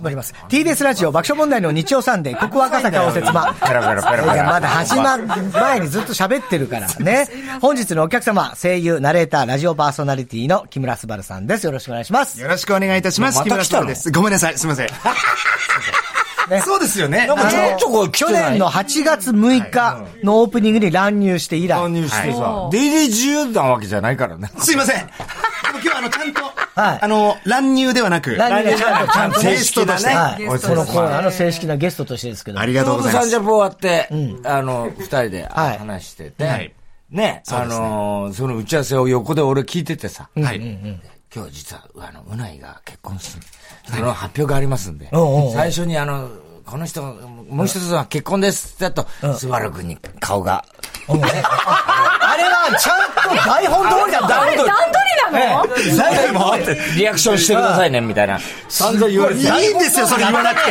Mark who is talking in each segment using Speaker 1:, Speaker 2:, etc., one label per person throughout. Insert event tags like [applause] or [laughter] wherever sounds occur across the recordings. Speaker 1: 参ります。TBS ラジオ爆笑問題の日曜サンデー、ここは赤坂を説ま。
Speaker 2: ペラペラペラペラ
Speaker 1: いやまだ始まる前にずっと喋ってるからね。本日のお客様、声優、ナレーター、ラジオパーソナリティの木村昴さんです。よろしくお願いします。
Speaker 3: よろしくお願いいたします。
Speaker 2: また
Speaker 3: 木村
Speaker 2: 来たの
Speaker 3: 昴です。ごめんなさい。すいません。そうですよね。
Speaker 2: なんかちょこちょこ来
Speaker 1: 去
Speaker 2: てない
Speaker 1: 年の8月6日のオープニングに乱入して以来。
Speaker 2: 乱入してさ、出入り自由なわけじゃないからね。
Speaker 3: すいません。でも今日はあの、ちゃんと、
Speaker 1: はい
Speaker 3: あの、乱入ではなく、
Speaker 1: 乱入じゃなくちゃんと
Speaker 3: ゲストとして。
Speaker 1: は
Speaker 3: あ
Speaker 1: い。
Speaker 4: ゲスト
Speaker 1: このコーナーの正式なゲストとしてですけど。
Speaker 3: りが
Speaker 2: ち
Speaker 3: とう
Speaker 2: ょ
Speaker 3: ご
Speaker 2: う
Speaker 3: ざ
Speaker 2: ど
Speaker 3: います。
Speaker 2: 三ジャポ終わって、あの、二人で
Speaker 1: はい
Speaker 2: 話してて、
Speaker 3: はい
Speaker 2: ね、あの、その打ち合わせを横で俺聞いててさ、
Speaker 3: はい。
Speaker 2: 今日実は、あの、うないが結婚する、その発表がありますんで
Speaker 1: おうおうおう、
Speaker 2: 最初にあの、この人、もう一つは結婚ですってやっと、スバル君に顔が、
Speaker 1: あれはちゃんと台本通りだった。
Speaker 4: あれ段取りなの、
Speaker 2: 最後にリアクションしてくださいね、みたいな。散々言われて。
Speaker 3: いいんですよ、それ言わなくて。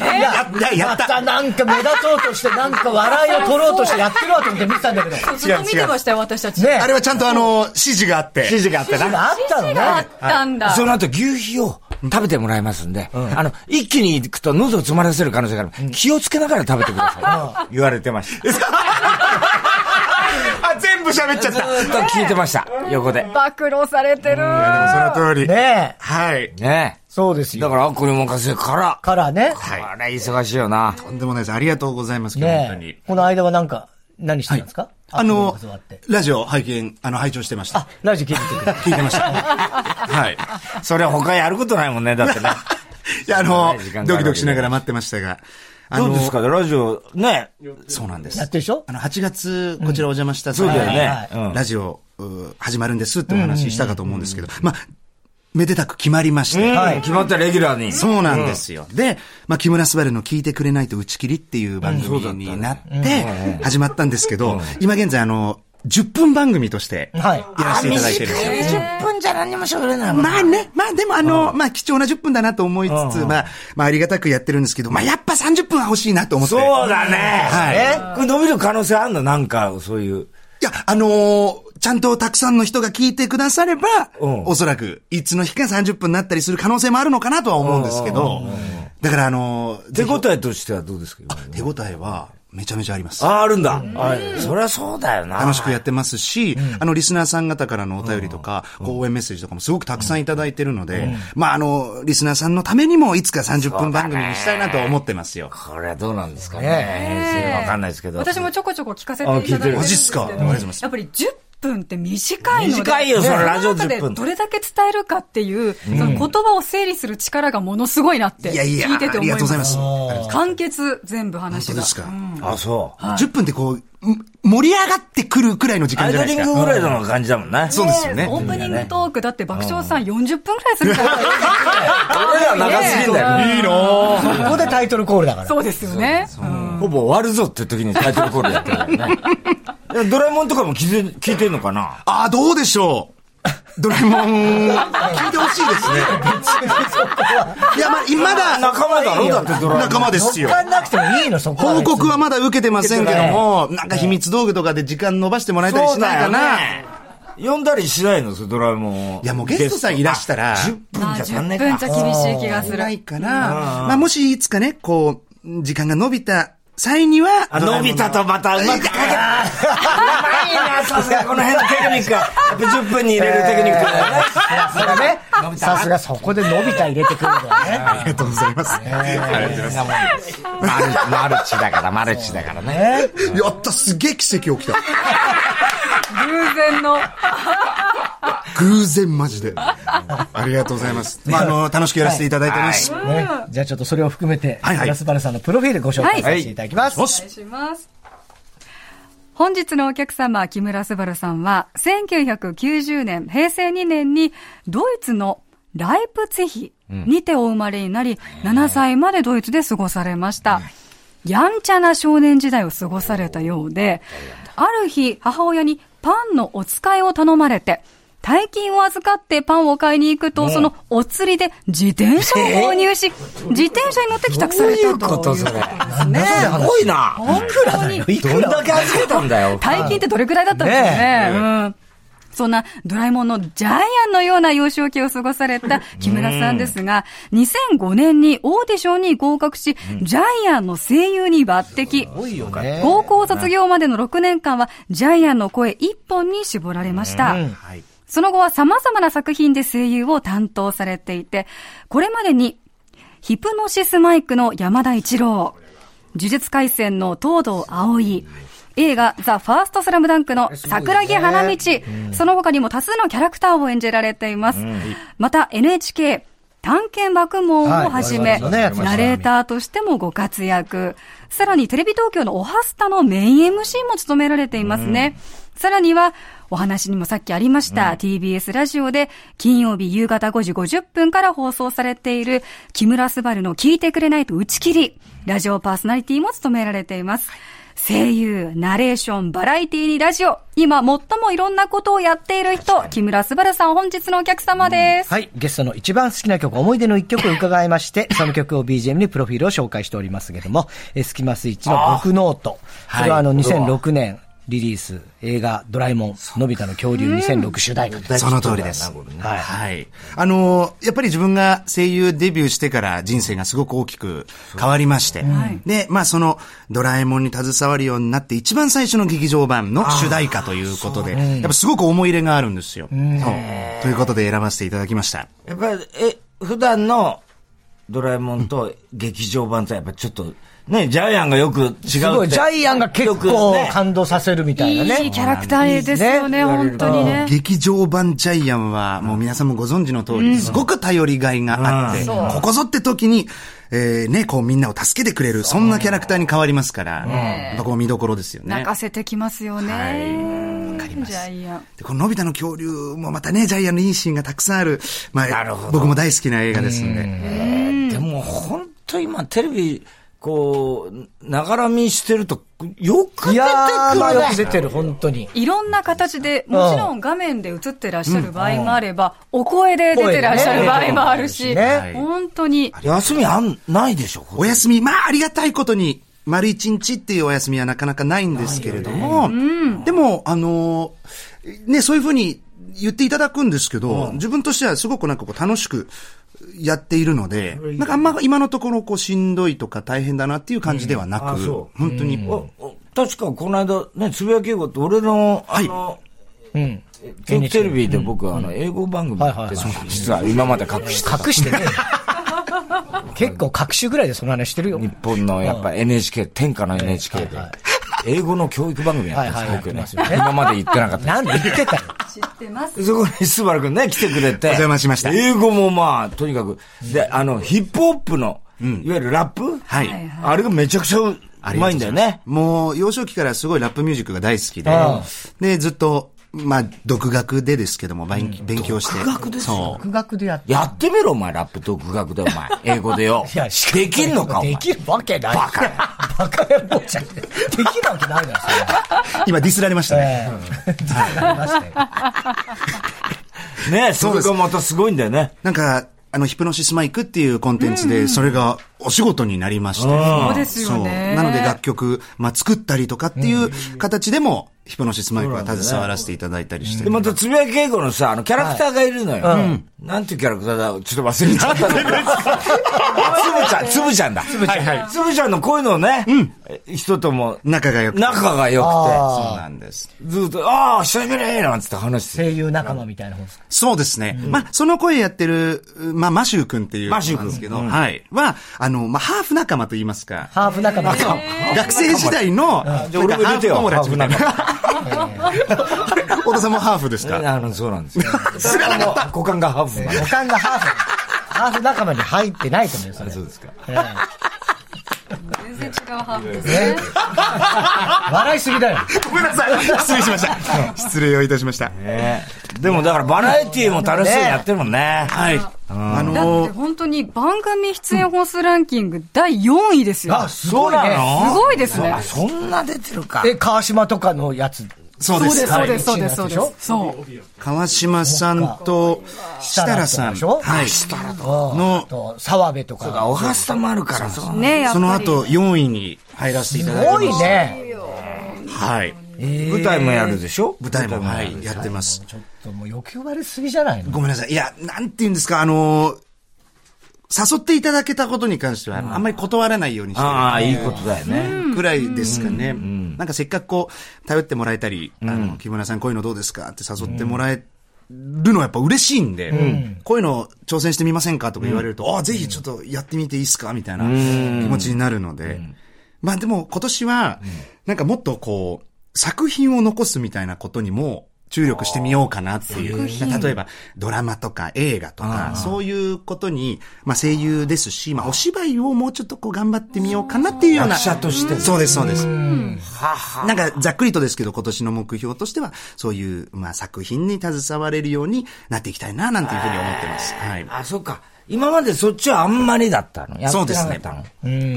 Speaker 3: やった、や
Speaker 1: ま
Speaker 3: った。
Speaker 1: たなんか目立とうとして、なんか笑いを取ろうとしてやってるわと思って見てたんだけど。ね
Speaker 4: ずっと見てましたよ、私たち。
Speaker 1: え。
Speaker 3: あれはちゃんとあの、指示があって。指示があってな。
Speaker 1: あったの
Speaker 4: 手があっ
Speaker 1: ね。
Speaker 4: たんだ。
Speaker 2: その後、牛皮を食べてもらいますんで、あの、一気に行くと喉を詰まらせる可能性がある。気をつけながら食べてください。言われてました。ず
Speaker 3: あ、全部喋っちゃった。
Speaker 2: ーっと聞いてま [laughs] した。横で。
Speaker 4: 暴露されてる。
Speaker 3: その通り。
Speaker 1: ねえ。
Speaker 3: はい。
Speaker 2: ね
Speaker 1: そうです
Speaker 2: え。だ
Speaker 1: よ。
Speaker 2: から、あっこに任せから。
Speaker 1: からね。
Speaker 3: はい
Speaker 2: あれ、忙しいよな。
Speaker 3: とんでもないです。ありがとうございます、今日本当
Speaker 1: ね
Speaker 3: に
Speaker 1: え。。この間はなんか、何してたんですか、
Speaker 3: あの
Speaker 1: 終わって、
Speaker 3: ラジオ拝見、あの、拝聴してました。
Speaker 1: ラジオ聞いててくれ
Speaker 3: 聞いてました。 [laughs] はい。
Speaker 2: それ他やることないもんね、だ [laughs] ってね。
Speaker 3: いや、あの
Speaker 2: 時間、があるわけで
Speaker 3: ドキドキしながら待ってましたが。あの
Speaker 2: どうですかラジオ、ね。
Speaker 3: そうなんです
Speaker 1: やっ。てるでしょ
Speaker 3: あの、8月、こちらお邪魔した
Speaker 2: そう
Speaker 3: 際
Speaker 2: だよ
Speaker 1: はい
Speaker 2: ね
Speaker 1: は。
Speaker 2: うん
Speaker 3: ラジオ、う始まるんですってお話ししたかと思うんですけど、まあ、めでたく決まりまして。
Speaker 1: は
Speaker 2: う
Speaker 1: い
Speaker 2: ん決まったレギュラーに。
Speaker 3: そうなんですよ。で、まあ、木村昴の聞いてくれないと打ち切りっていう番組になって、始まったんですけど、今現在、あの、10分番組として、や
Speaker 1: はい
Speaker 3: らせていただいてるんですよ。
Speaker 2: 10分じゃ何にも喋れないもん。
Speaker 3: まあね、まあでもあの、まあ貴重な10分だなと思いつつ、まあ、まあありがたくやってるんですけど、まあやっぱ30分は欲しいなと思って。
Speaker 2: そうだね。
Speaker 3: はい
Speaker 2: えこれ伸びる可能性あんのなんか、そういう。
Speaker 3: いや、あのーちゃんとたくさんの人が聞いてくだされば、
Speaker 2: うん
Speaker 3: おそらく、いつの日か30分になったりする可能性もあるのかなとは思うんですけど、だからあのーぜ
Speaker 2: 手応えとしてはどうですか
Speaker 3: ひ手応えは、めちゃめちゃあります。
Speaker 2: あ、あるんだ。はい。そりゃそうだよな。
Speaker 3: 楽しくやってますし、あの、リスナーさん方からのお便りとか、こう応援メッセージとかもすごくたくさんいただいてるので、まあ、あの、リスナーさんのためにも、いつか30分番組にしたいなと思ってますよ。
Speaker 2: これはどうなんですかね。
Speaker 1: ね
Speaker 2: 編成わかんないですけど。
Speaker 4: 私もちょこちょこ聞かせていただいてる
Speaker 2: あ聞
Speaker 4: ん
Speaker 2: いてるマ
Speaker 3: ジっすかありがとうございます
Speaker 4: やっぱり10分って短いので。
Speaker 2: 短いよそれ
Speaker 4: の
Speaker 2: ラジオ
Speaker 4: 中で
Speaker 2: 10分
Speaker 4: どれだけ伝えるかっていう、その言葉を整理する力がものすごいなって。
Speaker 3: いやいや、
Speaker 4: 聞いてて
Speaker 3: あり
Speaker 4: 思い
Speaker 3: が
Speaker 4: ま
Speaker 3: とうご
Speaker 4: す
Speaker 3: ざいます。
Speaker 4: 簡潔、全部話
Speaker 3: そう
Speaker 4: が。
Speaker 3: ですか。
Speaker 2: あ、そう。
Speaker 3: 10分ってこう、ん盛り上がってくるくらいの時
Speaker 2: ア
Speaker 3: 間
Speaker 2: イ
Speaker 3: じゃ
Speaker 2: ド
Speaker 3: ない
Speaker 2: リ
Speaker 3: で
Speaker 2: ン
Speaker 3: す
Speaker 2: グ
Speaker 3: か。
Speaker 2: ぐらいだもんな感じだもんな。
Speaker 3: そうですよね。
Speaker 4: オープニングトークだって爆笑さん40分くらいするから。
Speaker 2: 俺ら長すぎんだよね。いいの
Speaker 1: ここでタイトルコールだから。
Speaker 4: そうですよね。
Speaker 2: ほぼ終わるぞって時にタイトルコールやってるからね。いやドラえもんとかも聞いて聞いてんのかな
Speaker 3: ああ、どうでしょう。ドラえもん、聞いてほしいですね。いや、まあ、今だ、
Speaker 2: 仲間だろだってドラえもん。
Speaker 3: 仲間です
Speaker 1: 時
Speaker 3: よ。
Speaker 1: 間なくてもいいの、そこは
Speaker 3: 報
Speaker 1: 別に
Speaker 3: 告はまだ受けてませんけども、なんか秘密道具とかで時間伸ばしてもらえたり
Speaker 2: そ
Speaker 3: し
Speaker 2: う
Speaker 3: ない
Speaker 2: だ
Speaker 3: か
Speaker 2: よ
Speaker 3: な。
Speaker 2: ね。呼んだりしないのそれドラえもんを。
Speaker 3: いや、もうゲストさんいらしたら、
Speaker 2: 10分
Speaker 4: まあ
Speaker 2: じゃ足ん
Speaker 4: 10
Speaker 2: ねえか
Speaker 4: 分じゃ。厳しい気がす
Speaker 3: い
Speaker 4: る
Speaker 3: な。いから、まあ、もしいつかね、こう、時間が伸びた際には、
Speaker 2: あのび太とまたうまくかけた。うまいな、さすがこの辺のテクニックは。やっぱ10分に入れるテクニックだよね。
Speaker 1: さすがね。さすがそこでのび太入れてくるんだよね。
Speaker 3: ありがとうございます。
Speaker 2: マルチ、マルチだから、マルチだからね。
Speaker 3: やった、すげえ奇跡起きた。
Speaker 4: 偶然の。
Speaker 3: 偶然マジで。ありがとうございます。まあ、あの、楽しくやらせていただいてます。
Speaker 1: ね。じゃあちょっとそれを含めて、
Speaker 3: はいはい
Speaker 1: ラスバルさんのプロフィールご紹介さ
Speaker 4: はい
Speaker 1: せていただきます。
Speaker 4: お願いします。本日のお客様、木村昴さんは、1990年、平成2年に、ドイツのライプツィヒにてお生まれになり、7歳までドイツで過ごされました。やんちゃな少年時代を過ごされたようで、ある日、母親にパンのお使いを頼まれて、大金を預かってパンを買いに行くと、そのお釣りで自転車を購入し、自転車に乗って帰宅されたということですね。
Speaker 2: すごいな。
Speaker 4: 本当に
Speaker 1: いく
Speaker 2: どん
Speaker 1: ら
Speaker 2: だけ預けたんだよ。
Speaker 4: 大金ってどれくらいだったんですかね。うんそんなドラえもんのジャイアンのような幼少期を過ごされた木村さんですが、2005年にオーディションに合格し、ジャイアンの声優に抜擢。
Speaker 1: ね
Speaker 4: 高校卒業までの6年間は、ジャイアンの声一本に絞られました。
Speaker 3: はい。
Speaker 4: その後は様々な作品で声優を担当されていて、これまでに、ヒプノシスマイクの山田一郎、呪術廻戦の東堂葵、映画ザ・ファーストスラムダンクの桜木花道、その他にも多数のキャラクターを演じられています。また NHK 探検爆問をはじ
Speaker 1: は
Speaker 4: め、
Speaker 1: い我々のね
Speaker 4: ナレーターとしてもご活躍。さらにテレビ東京のおはスタのメイン MC も務められていますね。さらには、お話にもさっきありました、TBS ラジオで金曜日夕方5時50分から放送されている木村昴の聞いてくれないと打ち切り、ラジオパーソナリティも務められています。声優、ナレーション、バラエティにラジオ、今最もいろんなことをやっている人、木村昴さん本日のお客様です。
Speaker 1: はい。ゲストの一番好きな曲、思い出の一曲を伺いまして、その曲を BGM にプロフィールを紹介しておりますけれども、えースキマスイッチの僕ノート。これはあの、2006年リリース、映画ドラえもん、のび太の恐竜2006主題歌と。
Speaker 3: その通りです。
Speaker 1: はい
Speaker 3: はい。あのーやっぱり自分が声優デビューしてから人生がすごく大きく変わりまして。で、まあそのドラえもんに携わるようになって一番最初の劇場版の主題歌ということで、やっぱすごく思い入れがあるんですよ。そうということで選ばせていただきました。
Speaker 2: やっぱり、え、普段のドラえもんと劇場版とはやっぱちょっと、ね、ジャイアンがよく違うって。
Speaker 1: すごい、ジャイアンが結
Speaker 2: よく
Speaker 1: 構
Speaker 2: ね
Speaker 1: 感動させるみたいない
Speaker 4: い
Speaker 1: ね。
Speaker 4: キャラクター絵ですよね、
Speaker 2: いいね
Speaker 4: 本当にね。
Speaker 3: 劇場版ジャイアンは、もう皆さんもご存知の通り、すごく頼りがいがあって、ここぞって時に、えーね、こうみんなを助けてくれる、そんなキャラクターに変わりますから、やっぱこう見どころですよね。
Speaker 4: 泣かせてきますよね。ジャイアン。
Speaker 3: で、こののび太の恐竜もまたね、ジャイアンのいいシーンがたくさんある。まあ、僕も大好きな映画ですんで。
Speaker 2: でも本当今テレビ、こう、ながら見してると、よく出
Speaker 1: い
Speaker 2: て
Speaker 1: やー、まあよく
Speaker 2: くる
Speaker 1: 出
Speaker 2: ね。
Speaker 1: てる、本当に。
Speaker 4: いろんな形で、もちろん画面で映ってらっしゃる場合もあれば、お声で出てらっしゃる場合もあるし、
Speaker 1: ね
Speaker 4: 本当に。
Speaker 2: 休みあん、ないでしょ、
Speaker 3: お休み、まあ、ありがたいことに、丸一日っていうお休みはなかなかないんですけれども、でも、あのーね、そういうふうに言っていただくんですけど、自分としてはすごくなんかこう楽しくやっているので、なんかあんま今のところこうしんどいとか大変だなっていう感じではな
Speaker 2: あ
Speaker 3: く、
Speaker 2: そう
Speaker 3: 本当に、
Speaker 2: おお確かこの間、ね、つぶやき英語って俺の、あの、
Speaker 1: うん。
Speaker 2: 教育テレビで僕はあの、英語番組
Speaker 1: はいはい
Speaker 2: って、実は今まで隠してた。
Speaker 1: 隠してね。結構隠しぐらいでその話してるよ。
Speaker 2: 日本のやっぱ NHK、天下の NHK で、英語の教育番組やって
Speaker 1: はいはい
Speaker 2: たんです、
Speaker 1: やっ
Speaker 2: 僕
Speaker 1: て
Speaker 2: ね。今まで言ってなかった。
Speaker 1: なんで言ってたの
Speaker 4: 知ってます。
Speaker 2: そこにスバル君ね、来てくれて。お
Speaker 3: 邪魔しました
Speaker 2: 英語もまあ、とにかく。で、あの、ヒップホップの、いわゆるラップ
Speaker 3: はい
Speaker 4: はいはい
Speaker 2: あれがめちゃくちゃう
Speaker 3: ありが
Speaker 2: まい
Speaker 3: と
Speaker 2: ん
Speaker 3: うご
Speaker 2: だ
Speaker 3: ざい
Speaker 2: よ
Speaker 3: ます
Speaker 2: ね。
Speaker 3: もう、幼少期からすごいラップミュージックが大好きで
Speaker 1: ああ、
Speaker 3: で、ずっと、まあ、独学でですけども、勉勉強して。独学ですそう。
Speaker 1: 独学でやって
Speaker 2: やってみろ、お前、ラップ独学で、お前。英語でよ。
Speaker 1: [laughs] いや、しかも
Speaker 2: できんのか、お前
Speaker 1: で。きるわけない。バカ。バカやぼうちゃん。できるわけないだろ、
Speaker 3: 今、ディスられました
Speaker 1: それ。
Speaker 3: ね。
Speaker 1: ええ。ありましたよ
Speaker 2: ね、それがまたすごいんだよね。
Speaker 3: なんか、あの、ヒプノシスマイクっていうコンテンツで、それがお仕事になりまして。
Speaker 4: そうですよね
Speaker 3: そうなので楽曲、まあ、作ったりとかっていう形でも、ヒプノシスマイクは携わらせていただいたりして。
Speaker 2: で、また、つぶやき英語のさ、あの、キャラクターがいるのよ。うんなんていうキャラクターだちょっと忘れちゃったんだけど。つぶちゃん、つぶちゃんだ。つぶちゃん。つぶちゃんのこういうのをね、人とも、
Speaker 3: 仲が良くて。
Speaker 2: 仲が良くて。
Speaker 3: そうなんです。
Speaker 2: ずっと、ああ、久しぶりなんつって話して。
Speaker 1: 声優仲間みたいなもんですか
Speaker 3: そうですね。まあ、その声やってる、まあ、マシュー君っていう。
Speaker 2: マシュー
Speaker 3: な
Speaker 2: 君
Speaker 3: んですけど、はい。は、あの、まあ、ハーフ仲間と言いますか。
Speaker 1: ハーフ仲間とか。
Speaker 3: 学生時代の、
Speaker 2: じゃあ
Speaker 3: な
Speaker 2: 俺も
Speaker 3: んかハ
Speaker 2: 出
Speaker 3: ー
Speaker 2: て
Speaker 3: フ
Speaker 2: よ、
Speaker 3: 友達みたいな。
Speaker 2: ハ
Speaker 3: 小田さんもハーフです
Speaker 2: ーフ仲
Speaker 3: か
Speaker 2: 間あの、そうなんですよ。それも股間がハーフなの
Speaker 1: 五感がハーフ。ハーフ仲間に入ってないと思うよ、それ。
Speaker 2: そうですか。
Speaker 1: ええ
Speaker 4: 全然違うハーフですね。
Speaker 1: 笑いすぎだよ。
Speaker 3: ごめんなさい。失礼しました。失礼をいたしました。
Speaker 2: ねでもだからバラエティーも楽しいのやってるもんね。
Speaker 3: はい。あ
Speaker 4: だっ
Speaker 3: の
Speaker 4: て本当に番組出演本数ランキング第4位ですよ。す
Speaker 1: すごいね。
Speaker 4: ごいですね
Speaker 2: あ、。そんな出てるか。
Speaker 1: え、川島とかのやつ。
Speaker 3: そう
Speaker 4: そ
Speaker 3: で
Speaker 4: うです、
Speaker 3: す。
Speaker 4: そ
Speaker 3: は
Speaker 4: うで
Speaker 3: い
Speaker 4: す、そうです、そうで
Speaker 1: 一位に
Speaker 4: す。そう。
Speaker 3: 川島さんと、設楽
Speaker 1: 設楽さ
Speaker 3: さん。
Speaker 1: んでしょ
Speaker 3: は
Speaker 1: の
Speaker 3: い。の、
Speaker 1: と、澤部とか。
Speaker 2: おはスタもあるから、そう。
Speaker 4: ねやっ
Speaker 3: そ
Speaker 4: ぱり
Speaker 3: の後、4位に入らせてい
Speaker 1: す
Speaker 3: ただいて
Speaker 1: ご
Speaker 3: ま
Speaker 1: い
Speaker 3: す。
Speaker 1: ね。
Speaker 3: はい。
Speaker 2: 舞台もやるでしょ
Speaker 3: 舞台も、はい、やってます。
Speaker 1: ちょっともう欲求割れすぎじゃないの
Speaker 3: ごめんなさい。いや、なんて言うんですか、あのー、誘っていただけたことに関しては、あんまり断らないようにしてる。
Speaker 2: ああ、いいことだよね。
Speaker 3: くらいですかね。なんかせっかくこう、頼ってもらえたり、あの、木村さんこういうのどうですかって誘ってもらえるのはやっぱ嬉しいんで、こういうの挑戦してみませんかとか言われると、ああ、ぜひちょっとやってみていいですかみたいな気持ちになるので。まあでも今年は、なんかもっとこう、作品を残すみたいなことにも、注力してみようかなっていう。例えば、ドラマとか映画とか、そういうことに、まあ声優ですし、まあお芝居をもうちょっとこう頑張ってみようかなっていうような。
Speaker 2: 役者として。
Speaker 3: そうです、そうです。なんかざっくりとですけど、今年の目標としては、そういう、まあ作品に携われるようになっていきたいな、なんていうふうに思ってます。はい。
Speaker 2: あ、そっか。今までそっちはあんまりだったの
Speaker 3: そうですね。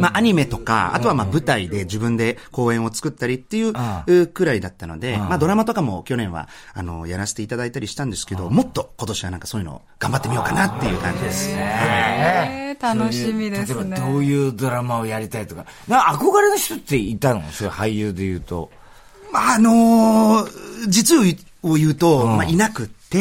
Speaker 3: まあ、アニメとか、あとはまあ舞台で自分で公演を作ったりっていうくらいだったので、まあドラマとかも去年は、あの、やらせていただいたりしたんですけど、もっと今年はなんかそういうの頑張ってみようかなっていう感じです。
Speaker 4: ね、楽しみですね。
Speaker 2: 例えばどういうドラマをやりたいとか、なんか憧れの人っていたのそういう俳優で言うと。
Speaker 3: あのー、実を言うと、まあいなくって、っ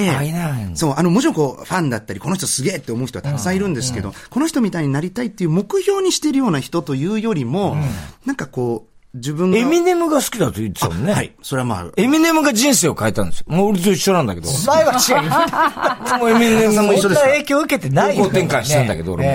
Speaker 3: そう、あの、もちろんこう、ファンだったり、この人すげえって思う人はたくさんいるんですけど、この人みたいになりたいっていう目標にしてるような人というよりも、うん、なんかこう、自分が。
Speaker 2: エミネムが好きだと言ってたもんね。
Speaker 3: はい。それはまあ。
Speaker 2: エミネムが人生を変えたんですよ。もう俺と一緒なんだけど。
Speaker 1: 前は
Speaker 2: 違う。もうエミネムさんも一緒です。
Speaker 1: 影響受けてない
Speaker 2: よ、ね。転換したんだけど、俺も。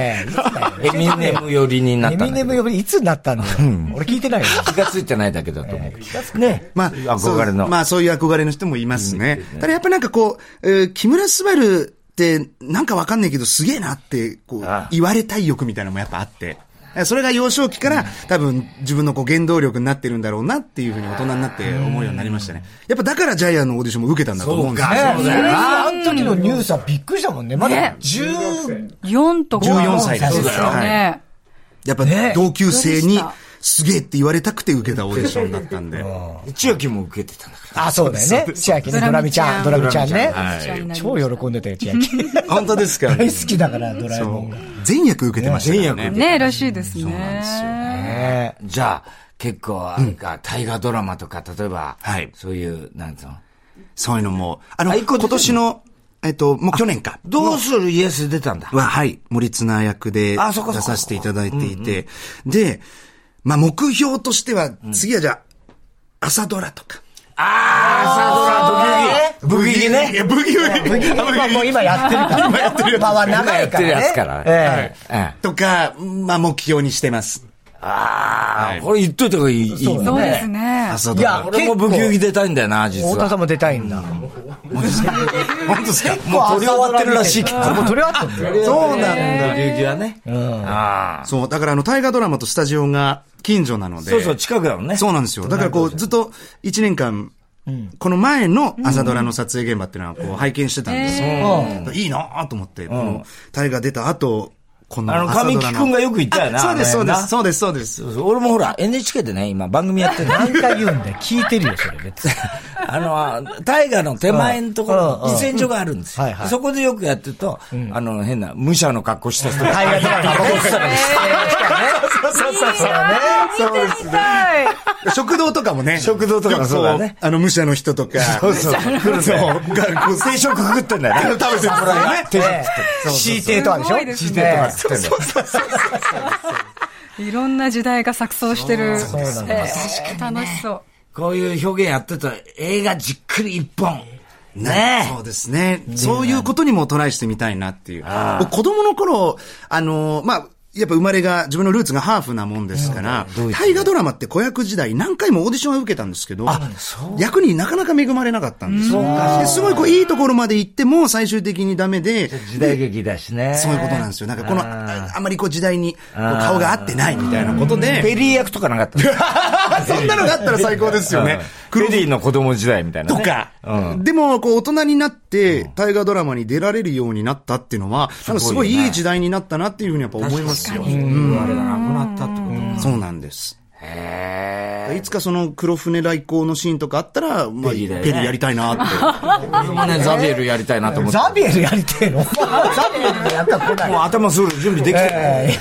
Speaker 2: エミネム寄りになった
Speaker 1: エミネム寄り、いつになったんだよ。俺聞いてないよ。
Speaker 2: 気がついてないだけだと思う。
Speaker 1: 気がつくね。
Speaker 3: まあ、憧れの。まあ、そういう憧れの人もいますね。ただやっぱなんかこう、木村昴って、なんかわかんないけど、すげえなって、こう、言われたい欲みたいなのもやっぱあって。それが幼少期から多分自分のこう原動力になってるんだろうなっていうふうに大人になって思うようになりましたね。やっぱだからジャイアンのオーディションも受けたんだと思うんですよ。
Speaker 1: そうだよね。あの時のニュースはびっくりしたもんね。まだ14。
Speaker 4: とか
Speaker 3: 14歳ですよね。やっぱ同級生に、すげえって言われたくて受けたオーディションだったんで。
Speaker 2: 千秋も受けてたんだから
Speaker 1: あ、そうだよね。千秋ね、ドラミちゃん、ドラミちゃんね。超喜んでたよ、千秋。
Speaker 3: 本当ですか
Speaker 1: 大好きだから、ドラえもんが。
Speaker 3: 全役受けてましたね。全
Speaker 4: 役ね。らしいですね。そうなんですよ
Speaker 2: ね。じゃあ、結構、大河ドラマとか、例えば、そういう、なんつうの
Speaker 3: そういうのも、あの、今年の、えっと、もう去年か。
Speaker 2: どうするイエス出たんだ
Speaker 3: は、はい。森綱役で出させていただいていて。で、まあ、目標としては、次はじゃあ、朝ドラとか。
Speaker 2: ああ、朝ドラ、ブギウギね。
Speaker 3: ブギウギ。
Speaker 1: ブギウギはもう今やってるから。
Speaker 3: 今やってるやつ。
Speaker 1: まあ、長いから。
Speaker 2: やってるやつから。え
Speaker 3: え。とか、まあ、目標にしてます。
Speaker 2: ああ、これ言っといた方がいい。
Speaker 4: そうですね。
Speaker 2: 朝ドラ。俺もブギウギ出たいんだよな、実は。
Speaker 1: 太田さんも出たいんだ。本
Speaker 2: 当ですかもう取り終わってるらしいけど。
Speaker 1: もう取り終わってる
Speaker 3: そうなんだ、
Speaker 2: ブギウギはね。
Speaker 3: ああ。そう、だからあの、大河ドラマとスタジオが、近所なので。
Speaker 2: そうそう、近くだもんね。
Speaker 3: そうなんですよ。だからこう、ずっと1年間、この前の朝ドラの撮影現場っていうのはこう拝見してたんですよ。いいなと思って、この大河出た後、この
Speaker 2: あの、神木くんがよく言ったよな。
Speaker 3: そうです、そうです、そうです、そうです。
Speaker 2: 俺もほら、NHK でね、今番組やって [laughs] る
Speaker 1: 何回言うんだよ。聞いてるよ、それ別に。
Speaker 2: あの、大河の手前のところ、自戦所があるんですよ。そこでよくやってると、あの、変な、武者の格好した人が。
Speaker 1: 大河ドラマ
Speaker 2: の格好
Speaker 1: した
Speaker 4: そうそうそうそうね。そうですね。
Speaker 3: 食堂とかもね。
Speaker 2: 食堂とかもそうだね。
Speaker 3: あの、武者の人とか。
Speaker 2: そうそう。来 [laughs] るそう。
Speaker 3: 定食食ってん
Speaker 2: [laughs]
Speaker 3: だよね。食べてもらうね。
Speaker 1: 定食食って。C とかでしょ
Speaker 2: ?C 定とか食ってんだよ。
Speaker 3: そうそう
Speaker 4: そう。いろんな時代が錯綜してる。。
Speaker 1: そうなんです
Speaker 4: 楽しそう。
Speaker 2: こういう表現やってた映画じっくり一本。
Speaker 3: ねそうですね。そういうことにもトライしてみたいなっていう。子供の頃、あの、まあ、やっぱ生まれが、自分のルーツがハーフなもんですから、大河ドラマって子役時代何回もオーディションを受けたんですけど、役になかなか恵まれなかったんですよ。すごいこういいところまで行っても最終的にダメで。
Speaker 2: 時代劇だしね。
Speaker 3: そういうことなんですよ。なんかこの、あんまりこう時代に顔が合ってないみたいなことで。
Speaker 2: ペリー役とかなかった
Speaker 3: [laughs] そんなのがあったら最高ですよね。
Speaker 2: ペリーの子供時代みたいな、
Speaker 3: とか。でも、こう大人になって、大河ドラマに出られるようになったっていうのは、なんかすごいいい時代になったなっていうふうにやっぱ思います。
Speaker 2: ですよ。うん。あれがなくなったってこと
Speaker 3: そうなんです。
Speaker 2: へ。
Speaker 3: いつかその黒船来航のシーンとかあったら、まあ、ペリーやりたいなって
Speaker 2: 俺もね、ザビエルやりたいなと思って。
Speaker 1: ザビエルやりてえのザビエルのやったら来ない。
Speaker 2: もう頭する準備でき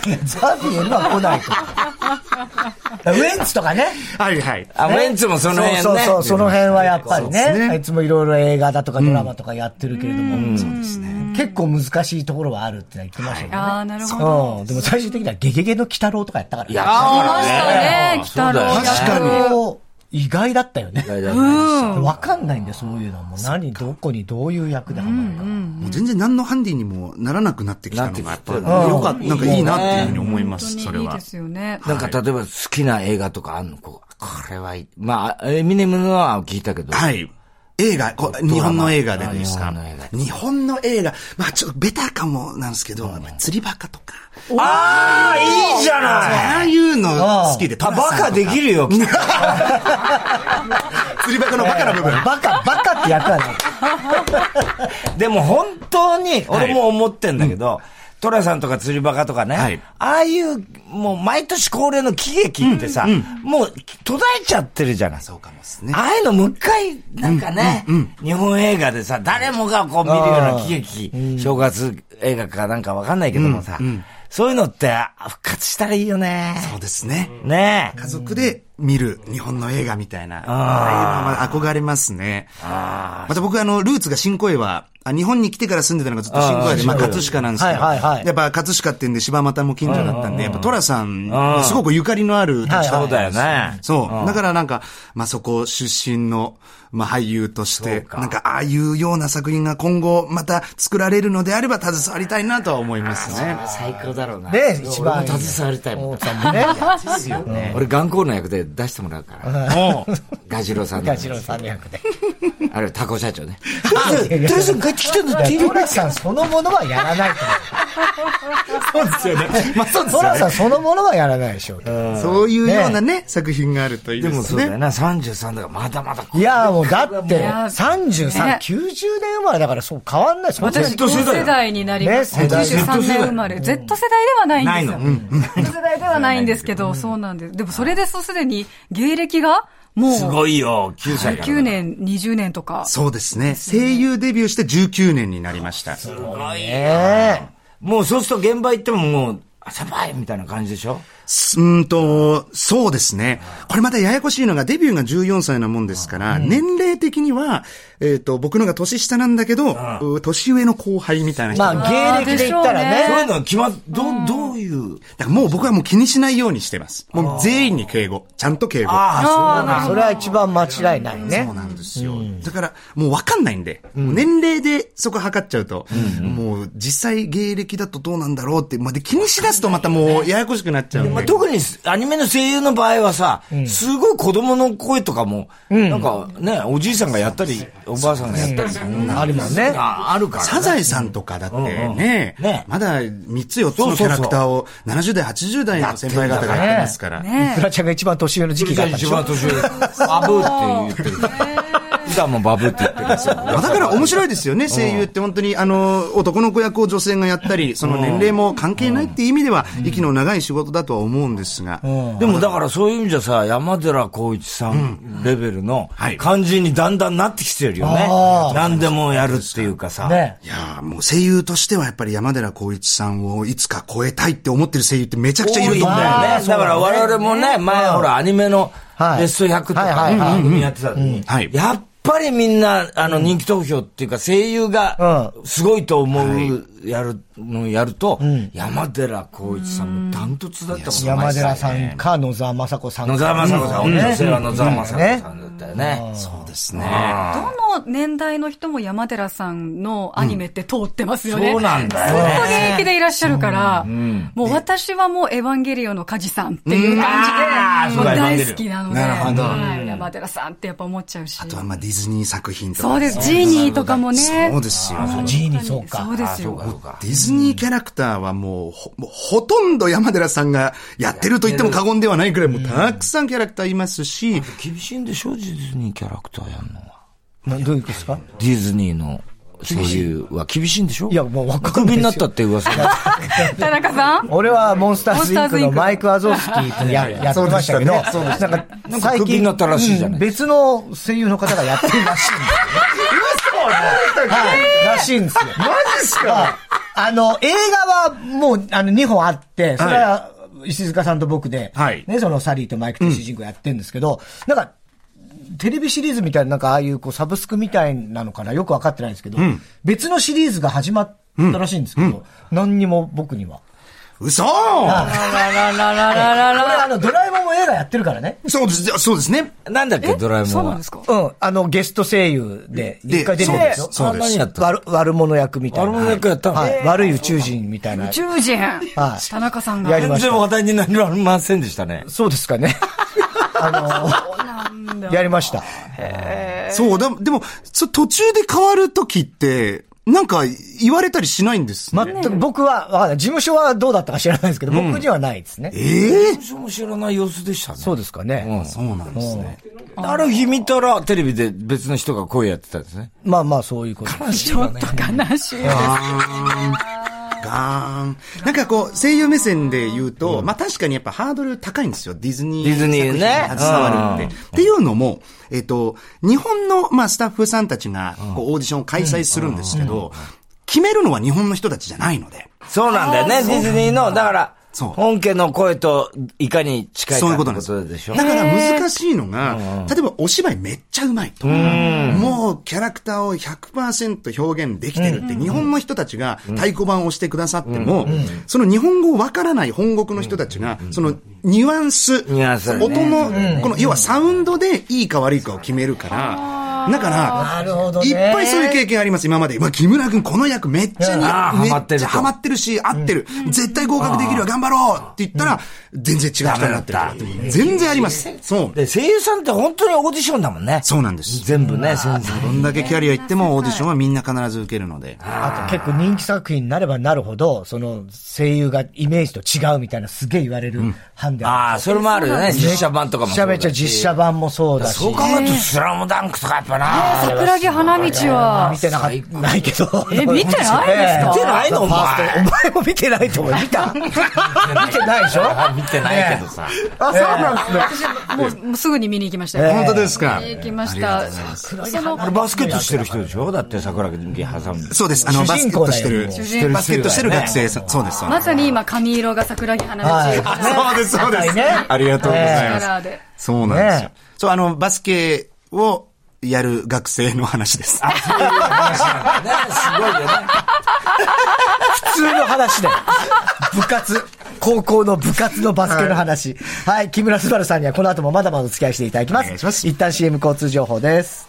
Speaker 2: てる。
Speaker 1: ザビエルは来ないと。ウエンツとかね。
Speaker 3: はいはい。
Speaker 2: あ、ウェンツもその辺ね。
Speaker 1: そうそうそう、その辺はやっぱり
Speaker 3: そうです
Speaker 1: ね。
Speaker 3: ね
Speaker 1: いつもいろいろ映画だとかドラマとかやってるけれども。そうですね。結構難しいところはあるってのは言ってましたけ
Speaker 4: ああ、なるほど。
Speaker 1: ど。うん。でも最終的にはゲゲゲの鬼太郎とかやったからね。
Speaker 2: いや、だから
Speaker 4: 来たね、来
Speaker 2: そ
Speaker 4: たろ
Speaker 2: うだよね
Speaker 3: 確かに
Speaker 1: もう意外だったよね。
Speaker 2: だからね
Speaker 1: わかんないんだよ、そういうのはもう。何、どこにどういう役でハマるか。
Speaker 3: もう全然何のハンディにもならなくなってきたのが、やっぱ、よ
Speaker 2: なってきた
Speaker 3: かった、なんかいいなっていうふうに思いま
Speaker 4: 本
Speaker 3: す、
Speaker 4: 当
Speaker 3: それ
Speaker 4: にいい
Speaker 3: は
Speaker 4: で。すよね。
Speaker 2: なんか例えば好きな映画とかあんのこうこれはいい。まあ、エミネムのは聞いたけど。
Speaker 3: はい。映画、こ日本の映画でですか
Speaker 2: あ日本の映画。
Speaker 3: 日本の映画、まあちょっとベタかもなんですけど、やっぱり釣りバカとか。
Speaker 2: ああ、いいじゃない
Speaker 3: ああいうの好きで、
Speaker 2: あ、バカできるよ。
Speaker 3: 釣りバカのバカな部分。
Speaker 1: バカ、バカって役はね。
Speaker 2: でも本当に、俺も思ってんだけど、トラさんとか釣りバカとかね、
Speaker 3: はい
Speaker 2: ああいう、もう毎年恒例の喜劇ってさ、もう途絶えちゃってるじゃない。
Speaker 3: そうかもですね。
Speaker 2: ああいうのもう一回、なんかね、日本映画でさ、誰もがこう見るような喜劇、正月映画かなんかわかんないけどもさ、そういうのって復活したらいいよね。
Speaker 3: そうですね。
Speaker 2: ねえ
Speaker 3: 家族で見る日本の映画みたいな、ああいうのは憧れますね。また僕あの、ルーツが新小岩、あ日本に来てから住んでたのがずっと新小岩で、まあ、葛飾なんですけど、
Speaker 1: はいはいはい
Speaker 3: やっぱ葛飾ってんで柴又も近所だったんで、やっぱ寅さん、すごくゆかりのある土地だったんですよ
Speaker 2: そうだよね。
Speaker 3: そう。だからなんか、まあ、そこ出身の、まあ、俳優として、なんか、ああいうような作品が今後、また作られるのであれば、携わりたいなとは思いますね。
Speaker 2: 最高だろうな
Speaker 1: ね一番いいね
Speaker 2: 携わりたいもん
Speaker 1: 大。津さんもね。
Speaker 3: ですよね。
Speaker 2: 俺、眼光の役で出してもらうから。 [laughs] ガジロウさんの
Speaker 1: ガ。チロさんの役で。
Speaker 2: あれ、タコ社長 [laughs] ね。
Speaker 1: いや
Speaker 2: トラさん帰ってきたんだって。
Speaker 1: トラさんそのものはやらないと
Speaker 3: そうですよね。まあ、そうです
Speaker 1: 思う。トラ
Speaker 3: よね
Speaker 1: さんそのものはやらないでしょうけど。
Speaker 3: そういうようなね、作品があるといい
Speaker 2: で
Speaker 3: で
Speaker 2: も
Speaker 3: す
Speaker 2: そうだよ
Speaker 3: ね。
Speaker 2: な、33だからまだまだ。
Speaker 1: いやーもうだって、
Speaker 4: ね
Speaker 1: 33、90年生まれだからそう変わんないですもん
Speaker 4: 私、
Speaker 2: Z
Speaker 4: 同
Speaker 2: 世代だよ
Speaker 4: 世代になります。
Speaker 1: ね世代
Speaker 4: 93
Speaker 2: Z 世
Speaker 4: 年
Speaker 2: 代
Speaker 4: 生まれ。Z 世代ではないんですよ。
Speaker 2: ない
Speaker 4: Z 世代ではないんですけど、そうなんです。でもそれですとすでに芸歴がもう
Speaker 2: すごいよ、9歳から。
Speaker 4: 9年、20年とか。
Speaker 3: そうですね。声優デビューして19年になりました。
Speaker 1: ね。
Speaker 2: もうそうすると現場行ってももう、あ、先輩みたいな感じでしょ
Speaker 3: すうーんと、そうですね。これまたややこしいのが、デビューが14歳なもんですから、年齢的には、えっと、僕のが年下なんだけど、う年上の後輩みたいな人。
Speaker 1: ま
Speaker 3: だか
Speaker 1: あ芸歴で言ったら
Speaker 4: えー
Speaker 2: そうい
Speaker 1: ね。
Speaker 2: うのは決まっ、ど、どういう。
Speaker 3: らもう僕はもう気にしないようにしてます。もう全員に敬語。ちゃんと敬語。
Speaker 2: ああ、
Speaker 1: それは一番間違いないね
Speaker 3: そう。なんですよ。だから、もうわかんないんで、もう年齢でそこ測っちゃうと、もう実際芸歴だとどうなんだろうって、まあ、で気にしだすとまたもうややこしくなっちゃうん
Speaker 2: そう。まあ、
Speaker 3: で。
Speaker 2: 特にアニメの声優の場合はさ、すごい子供の声とかも、なんかね、おじいさんがやったり、おばあさんがやったりするのが
Speaker 1: あるもんね。
Speaker 2: ああるからね。
Speaker 3: サザエさんとかだってね、
Speaker 2: うんね
Speaker 3: まだ3つ4つのキャラクターを70代、80代の先輩方がやってますから。
Speaker 1: イクラちゃんが一番年上の時期があったでし
Speaker 2: 一
Speaker 1: ょ
Speaker 2: 番年上。バブーって言ってる。普段もバブーって言ってるんですよ。
Speaker 3: まあだから面白いですよね、声優って本当に、あの、男の子役を女性がやったり、その年齢も関係ないっていう意味では、息の長い仕事だとは思うんですが、
Speaker 2: でもだからそういう意味じゃさ、山寺宏一さんレベルの
Speaker 3: はい
Speaker 2: 感じにだんだんなってきてるよね。何でもやるっていうかさ。
Speaker 1: ね。
Speaker 3: いやーもう声優としてはやっぱり山寺宏一さんをいつか超えたいって思ってる声優ってめちゃくちゃいると思うんだよね。
Speaker 2: だよね。だから我々もね、前ほらアニメの
Speaker 1: はい
Speaker 2: ベスト100と
Speaker 1: はいはいは
Speaker 2: か
Speaker 1: い
Speaker 2: 番組やってた時に
Speaker 3: はい、
Speaker 2: やっぱりみんな、あの人気投票っていうか声優が
Speaker 1: う
Speaker 2: すごいと思う、やる、のやると、山寺宏一さんもダントツだったもんね。
Speaker 1: 山寺さんか野沢雅子さんか。
Speaker 2: 野沢雅子さん、
Speaker 1: ね
Speaker 2: 女性は野沢雅子さんだったよね。
Speaker 3: そうですね。
Speaker 4: どの年代の人も山寺さんのアニメって通ってますよね。
Speaker 2: そうなんだよ
Speaker 4: ず
Speaker 2: ね
Speaker 4: っと現役でいらっしゃるから、もう私はもうエヴァンゲリオンの梶さんってい
Speaker 2: う
Speaker 4: う感じで、
Speaker 2: ん
Speaker 4: も
Speaker 2: あー
Speaker 4: う
Speaker 2: そうだ
Speaker 4: 大好きなので、
Speaker 3: エヴァンゲリオン
Speaker 4: はい山寺さんってやっぱ思っちゃうし
Speaker 3: あ。とはまあディズニー作品とか。
Speaker 4: そうです、ジーニーとかもね。
Speaker 3: そうですよ。
Speaker 1: ジーニーそうか
Speaker 4: そ。うで
Speaker 2: あ
Speaker 4: す
Speaker 2: そう
Speaker 4: よ
Speaker 2: か。そうか。
Speaker 3: ディズニーキャラクターはもうほ、もうほとんど山寺さんがやってると言っても過言ではないくらい、もうたくさんキャラクターいますし、
Speaker 2: 厳しいんでしょディズニーキャラクターやんのは。
Speaker 1: などういうことですか
Speaker 2: ディズニーの声優は厳しいんでしょ
Speaker 1: いやもうわかんないですよ
Speaker 2: クビになったって噂が。
Speaker 4: 田中さん
Speaker 1: 俺はモンスターズインクのマイク・アゾフスキーとややってましたけど、
Speaker 3: そうで
Speaker 1: なんか
Speaker 2: クビになったらしいじゃない
Speaker 1: うん別の声優の方がやってるらしいんですよ、ね。はい、らしいんですよ。マジっすかあの、映画はもう、あの、2本あって、それは、石塚さんと僕で、
Speaker 5: はい
Speaker 1: ね、そのサリーとマイクと主人公やってるんですけど、なんか、テレビシリーズみたいな、なんかああいうこうサブスクみたいなのかな、よくわかってないんですけど、別のシリーズが始まったらしいんですけど、何にも僕には。
Speaker 3: 嘘
Speaker 4: らららららら
Speaker 1: これ
Speaker 4: ら。
Speaker 1: あの、ドラえもんも映画やってるからね。
Speaker 3: そうです、そうですね。
Speaker 2: なんだっけ、ドラえも
Speaker 4: そうんなん
Speaker 2: は
Speaker 4: です。か
Speaker 1: うん、あの、ゲスト声優で、
Speaker 3: で
Speaker 1: 一回出てるんですよ。
Speaker 3: そうです
Speaker 2: あ何やったの
Speaker 1: 悪悪者役みたいな。
Speaker 2: 悪者役やったの
Speaker 1: はいはい悪い宇宙人みたいな
Speaker 4: 宇。宙人、
Speaker 1: はい
Speaker 4: 田中さんが。
Speaker 1: やりま
Speaker 2: 全
Speaker 1: した
Speaker 2: 然話題になりませんでしたね。
Speaker 1: そうですか [laughs] ね。あの、やりました。
Speaker 3: そう、だでも、そ途中で変わるときって、なんか言われたりしないんです、ね。
Speaker 1: 全く僕は、わかんない。事務所はどうだったか知らないですけど、僕にはないですね。
Speaker 3: ええ
Speaker 2: 私も知らない様子でしたね。
Speaker 1: そうですかね。
Speaker 3: そうなんですね。
Speaker 2: ある日見たら、テレビで別の人が声やってたんですね。
Speaker 1: まあまあ、そういうこと。
Speaker 4: ちょっと悲しいです。
Speaker 3: ガーン。なんかこう、声優目線で言うと、まあ確かにやっぱハードル高いんですよ。ディズニー。
Speaker 2: ディズニーね
Speaker 3: 携わるって。っていうのも、えっと、日本の、まあスタッフさんたちが、こう、オーディションを開催するんですけど、決めるのは日本の人たちじゃないので。
Speaker 2: そうなんだよね、ディズニーの、だから、
Speaker 3: そう
Speaker 2: 本家の声といかに近いか
Speaker 3: そういうこと
Speaker 2: っ
Speaker 3: なん
Speaker 2: て
Speaker 3: ですよ。
Speaker 2: でしょ
Speaker 3: だから難しいのが、例えばお芝居めっちゃうまいと。もうキャラクターを100%表現できてるって、日本の人たちが太鼓判をしてくださっても、その日本語わからない本国の人たちが、そのニュアンス、
Speaker 2: ニュアンスだね
Speaker 3: 音の、この、要はサウンドでいいか悪いかを決めるから、だから、
Speaker 1: なるほどね
Speaker 3: いっぱいそういう経験あります、今まで。まあ、木村君、この役めっちゃ似
Speaker 2: あー
Speaker 3: めっちゃ
Speaker 2: ハマってると
Speaker 3: ハマってるし、合ってる。絶対合格できるわ、頑張ろうって言ったら、全然違う人になってる
Speaker 2: ダメだ。
Speaker 3: 全然あります。そう。
Speaker 2: で、声優さんって本当にオーディションだもんね。
Speaker 3: そうなんです。
Speaker 2: 全部ね、全部。
Speaker 3: どんだけキャリア行ってもオーディションはみんな必ず受けるので。
Speaker 1: あと結構人気作品になればなるほど、その声優がイメージと違うみたいなすげえ言われる判断。
Speaker 2: ああ、それもあるよね、実写版とかも
Speaker 1: め
Speaker 2: そ
Speaker 1: ちゃ
Speaker 2: うだ
Speaker 1: め
Speaker 2: し。
Speaker 1: ちゃ実写版もそうだし。
Speaker 2: そう考えると、スラムダンクとかやっぱな。
Speaker 4: 桜木花道は
Speaker 1: 見、てなかった。ないけど。
Speaker 4: え見てないですか
Speaker 2: 見てないのお
Speaker 1: ファースト
Speaker 2: 前。
Speaker 1: お前も見てないと思う。見た見てないでしょ
Speaker 2: あ見てないけどさ。
Speaker 1: あ、そうなんですね。
Speaker 4: もうもうすぐに見に行きましたよ。
Speaker 3: 本当ですか
Speaker 4: 見に行きました。その
Speaker 2: あれバスケットしてる人でしょだって桜木挟む。
Speaker 3: そうです。あの、
Speaker 1: 主
Speaker 3: バス
Speaker 1: 人
Speaker 3: ケッ
Speaker 1: 公
Speaker 3: ト
Speaker 1: だ
Speaker 3: し
Speaker 1: よ
Speaker 3: てる
Speaker 1: もう
Speaker 4: 主人公だよね、
Speaker 3: バスケットしてる学生さん。そうです。そうで
Speaker 4: ますさに今、髪色が桜木花道。
Speaker 1: はい
Speaker 3: そうです、そうです。ありがとうござい
Speaker 4: カ
Speaker 3: ます。
Speaker 4: ラーで。
Speaker 3: そうなんですよ
Speaker 1: ね。
Speaker 3: そう、あの、バスケをやる学生の話です。
Speaker 2: ね、すごいよね。
Speaker 1: 普通の話だよ。部活。高校の部活のバスケの話。はい、木村昴さんにはこの後もまだまだお付き合いしていただきます。
Speaker 3: お願いします
Speaker 1: 一旦 CM 交通情報です。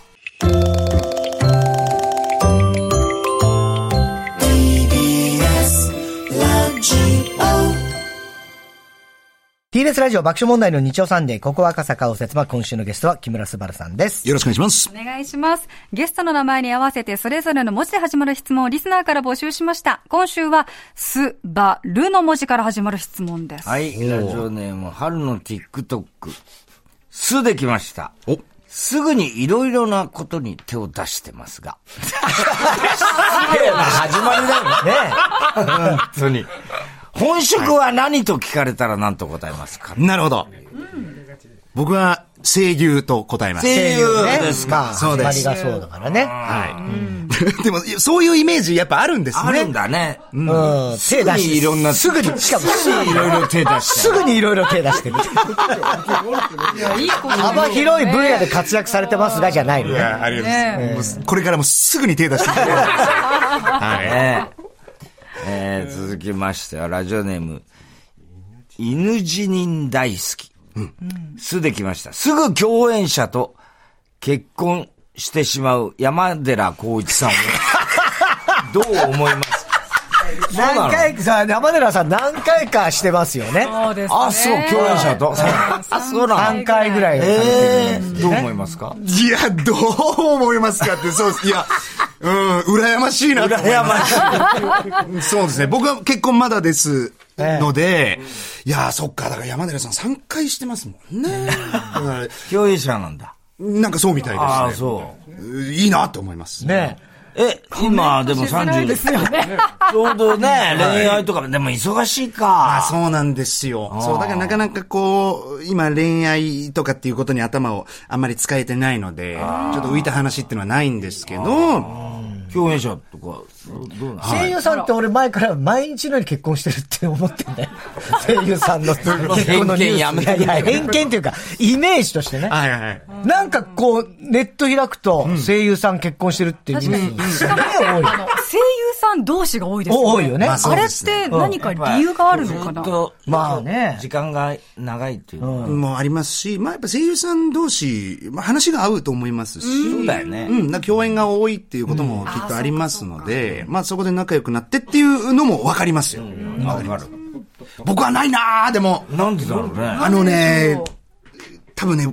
Speaker 1: TBS ラジオ爆笑問題の日曜サンデー、ここは赤坂を説明、今週のゲストは木村昴さんです。
Speaker 3: よろしくお願いします。
Speaker 4: お願いします。ゲストの名前に合わせて、それぞれの文字で始まる質問をリスナーから募集しました。今週は、す、ば、るの文字から始まる質問です。
Speaker 2: はい、ラジオネーム、春の TikTok。すできました。すぐにいろいろなことに手を出してますが。すげえな、始まりだよね。
Speaker 1: ね
Speaker 2: 本当に。本職は何と聞かれたら何と答えますか
Speaker 3: なるほど。僕は、声優と答えます。
Speaker 1: え。
Speaker 2: 声優
Speaker 1: ね
Speaker 2: ですか。
Speaker 1: まあ、
Speaker 3: そ
Speaker 1: 始
Speaker 3: うで
Speaker 1: ますりがそうだからね。
Speaker 3: はい。 [laughs] でも、そういうイメージやっぱあるんですね。
Speaker 2: あるんだね。うん。
Speaker 1: うん。手出して。
Speaker 2: いろんな
Speaker 1: すぐに、しかもすぐに
Speaker 2: いろいろ手出して。
Speaker 1: すぐにいろいろ手出してる。
Speaker 4: いい子
Speaker 1: 幅広い分野で活躍されてますが、じゃないの
Speaker 3: い
Speaker 1: ね。
Speaker 3: やありがとうございます。もうこれからもすぐに手出してくださいはい。
Speaker 2: ねえー続きましては、ラジオネーム、犬死人大好き。すできました。すぐ共演者と結婚してしまう山寺宏一さんを、 [laughs] どう思いますか
Speaker 1: 何回か、さ、山寺さん何回かしてますよね。
Speaker 4: そうですね。
Speaker 2: あ、そう、共演者と。あ、そうなの
Speaker 1: 3回ぐらい。
Speaker 2: えー、どう思いますか
Speaker 3: [laughs] いや、どう思いますかって、そうです。いや、うん、羨ましいなと思います。そうですね。僕は結婚まだですので、いや、そっか、だから山寺さん3回してますもんね。だから
Speaker 2: [laughs] 共演者なんだ。
Speaker 3: なんかそうみたい
Speaker 2: ああ、
Speaker 3: ですね
Speaker 2: そう。
Speaker 3: うん。いいなと思います。
Speaker 1: ね
Speaker 2: え、今、でも
Speaker 4: ない
Speaker 2: 30
Speaker 4: で
Speaker 2: です
Speaker 4: よね。
Speaker 2: [laughs] ちょうどね、恋愛とかも、でも忙しいか。
Speaker 3: あそうなんですよ。そう、だからなかなかこう、今恋愛とかっていうことに頭をあんまり使えてないので、ちょっと浮いた話っていうのはないんですけど、
Speaker 2: 共演者とか、どうなの
Speaker 1: 声優さんって俺前から毎日のように結婚してるって思ってんだよ。声優さんの結婚のニュース
Speaker 2: 偏見やめ
Speaker 1: い
Speaker 2: て
Speaker 1: やいや、偏見というか、イメージとしてね。
Speaker 3: はいはい。
Speaker 1: なんかこう、ネット開くと、声優さん結婚してるっていうイ
Speaker 4: 確
Speaker 1: メ
Speaker 4: か
Speaker 1: ージ。
Speaker 4: に。しかも、あの、声優さん同士が多いですよね。
Speaker 1: お多いよねまあ
Speaker 4: あれって何か理由があるのかな
Speaker 2: ずっと
Speaker 1: まあね
Speaker 2: 時間が長いっていうのは
Speaker 3: もありますし、まあやっぱ声優さん同士、まあ話が合うと思いますし。
Speaker 2: そうだよね
Speaker 3: うん、なんか共演が多いっていうこともきっとありますので、まあそこで仲良くなってっていうのもわかりますよ。
Speaker 2: わかる。
Speaker 3: 僕はないなーでも、
Speaker 2: なんでだろうね。
Speaker 3: あのね、多分ね、隠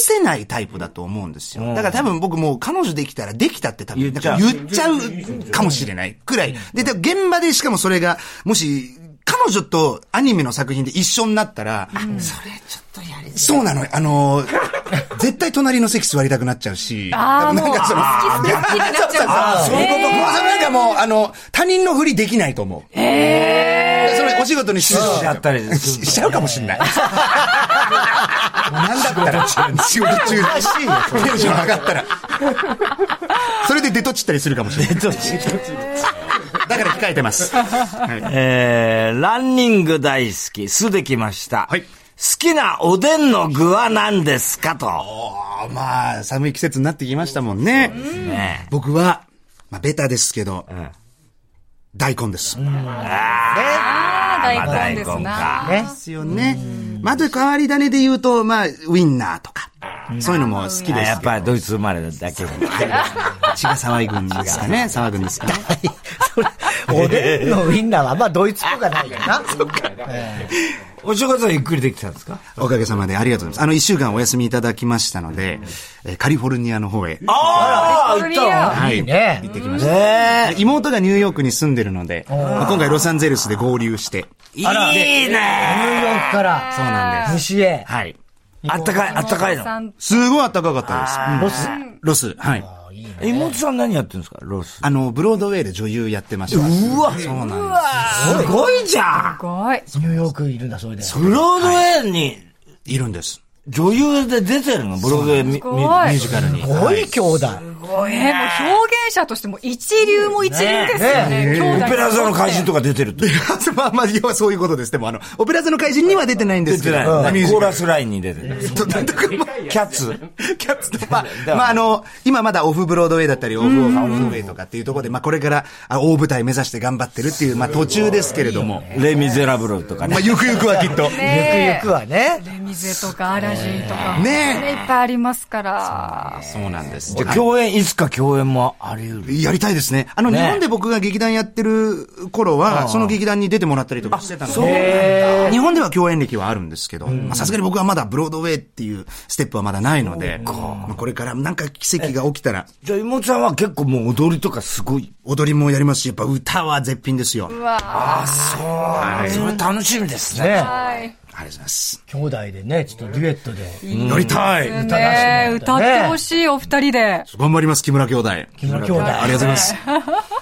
Speaker 3: せないタイプだと思うんですよ。だから多分僕もう彼女できたらできたって多分
Speaker 2: 言っちゃう
Speaker 3: なんか言っちゃうかもしれないくらい。で、で現場でしかもそれが、もし、彼女とアニメの作品で一緒になったら、それちょっとやりそうなのよ。あの、絶対隣の席座りたくなっちゃうし。
Speaker 4: ああ、もう、
Speaker 3: な
Speaker 4: 好
Speaker 3: ん
Speaker 4: き
Speaker 3: かその
Speaker 4: 好き好きになっちゃう。
Speaker 3: そういうこと。もうそれなんかもう、あの、他人のふりできないと思う。それお仕事にし
Speaker 2: しちゃったりする
Speaker 3: ししちゃうかもしれない。なんだったら、仕事中だし、テンション上がったら。それで出とちったりするかもしれない。出とちだから控えてます。はい
Speaker 2: [laughs] えー、ランニング大好き、すできました。
Speaker 3: はい
Speaker 2: 好きなおでんの具は何ですかと。
Speaker 3: おーまあ、寒い季節になってきましたもんね。
Speaker 2: ね
Speaker 3: 僕は、まあ、ベタですけど、
Speaker 2: ん
Speaker 3: 大根です。
Speaker 4: ああ、
Speaker 2: まあ
Speaker 4: 大根です
Speaker 2: 大根
Speaker 4: な
Speaker 2: か。
Speaker 1: ね。
Speaker 3: ですよね。まあ、あと変わり種で言うと、まあ、ウインナーとか、そういうのも好き
Speaker 2: あ
Speaker 3: で
Speaker 2: や
Speaker 3: す
Speaker 2: っ。ぱりドイツ生まれだけど。
Speaker 3: 血が沢井軍ですかね。沢井軍ですかね。
Speaker 1: おでんのウインナーは、まあドイツっぽがないよな。
Speaker 2: お正月はゆっくりできたんですか
Speaker 3: おかげさまでありがとうございます。あの、一週間お休みいただきましたので、えーカリフォルニアの方へ。
Speaker 2: ああ、行ったわ。
Speaker 3: はい
Speaker 1: いいね
Speaker 3: 行ってきました。妹がニューヨークに住んでるので、まあ今回ロサンゼルスで合流して。
Speaker 2: いい
Speaker 1: ニ
Speaker 2: ね。
Speaker 1: ューヨークから、
Speaker 3: そうなんです。
Speaker 1: 西へ。
Speaker 3: はい。
Speaker 2: あったかい、あったかいの。
Speaker 4: さん
Speaker 3: すごい暖かかった
Speaker 1: ロ
Speaker 3: で
Speaker 1: ス。
Speaker 3: す。ロス。はい。
Speaker 2: 妹さん何やってるんですかロス。
Speaker 3: あの、ブロードウェイで女優やってました。うわそうなんです。
Speaker 2: すごいじゃん
Speaker 4: すごい。
Speaker 1: ニューヨークいるんだ、それで。
Speaker 2: ブロードウェイに
Speaker 3: いるんです。
Speaker 2: 女優で出てるのブロードウェイミミミ
Speaker 4: ごい
Speaker 2: ュー
Speaker 3: ミュー
Speaker 2: ジ
Speaker 3: ジカルに。
Speaker 1: すごい兄弟。
Speaker 4: ええもう表現者としても一流も一流ですよね。兄弟
Speaker 2: カル。オペラ座の怪人とか出てるって。
Speaker 3: まあまあ、要はそういうことです。でもあの、オペラ座の怪人には出てないんで
Speaker 2: 出
Speaker 3: すけ
Speaker 2: て
Speaker 3: ど、
Speaker 2: ない。
Speaker 3: うんミュージ
Speaker 2: コー
Speaker 3: カ
Speaker 2: ラ
Speaker 3: ル
Speaker 2: スラインに出てる。
Speaker 3: となんとかまあ
Speaker 2: キャッツ。
Speaker 3: キャッツと、まあ、まああの、今まだオフブロードウェイだったり、オフオフオフウェイとかっていうところで、まあこれからあ大舞台目指して頑張ってるっていう、まあ途中ですけれども、
Speaker 2: レ・ミゼラブルとかね
Speaker 3: まあ。ゆくゆくはきっと。
Speaker 1: ゆくゆ
Speaker 4: ね
Speaker 1: くはね。
Speaker 4: え。水とかアラジンとか。
Speaker 3: ねえ
Speaker 4: いっぱいありますから。
Speaker 3: そうなんです。
Speaker 2: じゃあ共演、いつか共演もあり得る。
Speaker 3: やりたいですね。あの、
Speaker 2: ね
Speaker 3: 日本で僕が劇団やってる頃は、その劇団に出てもらったりとかしてたので、日本では共演歴はあるんですけど、まあさすがに僕はまだブロードウェイっていうステップはまだないので、まあこれからなんか奇跡が起きたら、
Speaker 2: じゃあ妹さんは結構もう踊りとかすごい。
Speaker 3: 踊りもやりますし、やっぱ歌は絶品ですよ。
Speaker 2: それ楽しみですね。
Speaker 1: ね
Speaker 4: はい。
Speaker 3: ありがとうございます。
Speaker 1: 兄弟でね、ちょっとデュエットで。
Speaker 3: やりたい
Speaker 4: ねえ、歌ってほしい、お二人で。
Speaker 3: 頑張ります、木村兄弟。
Speaker 1: 木村兄弟。
Speaker 3: ありがとうございます。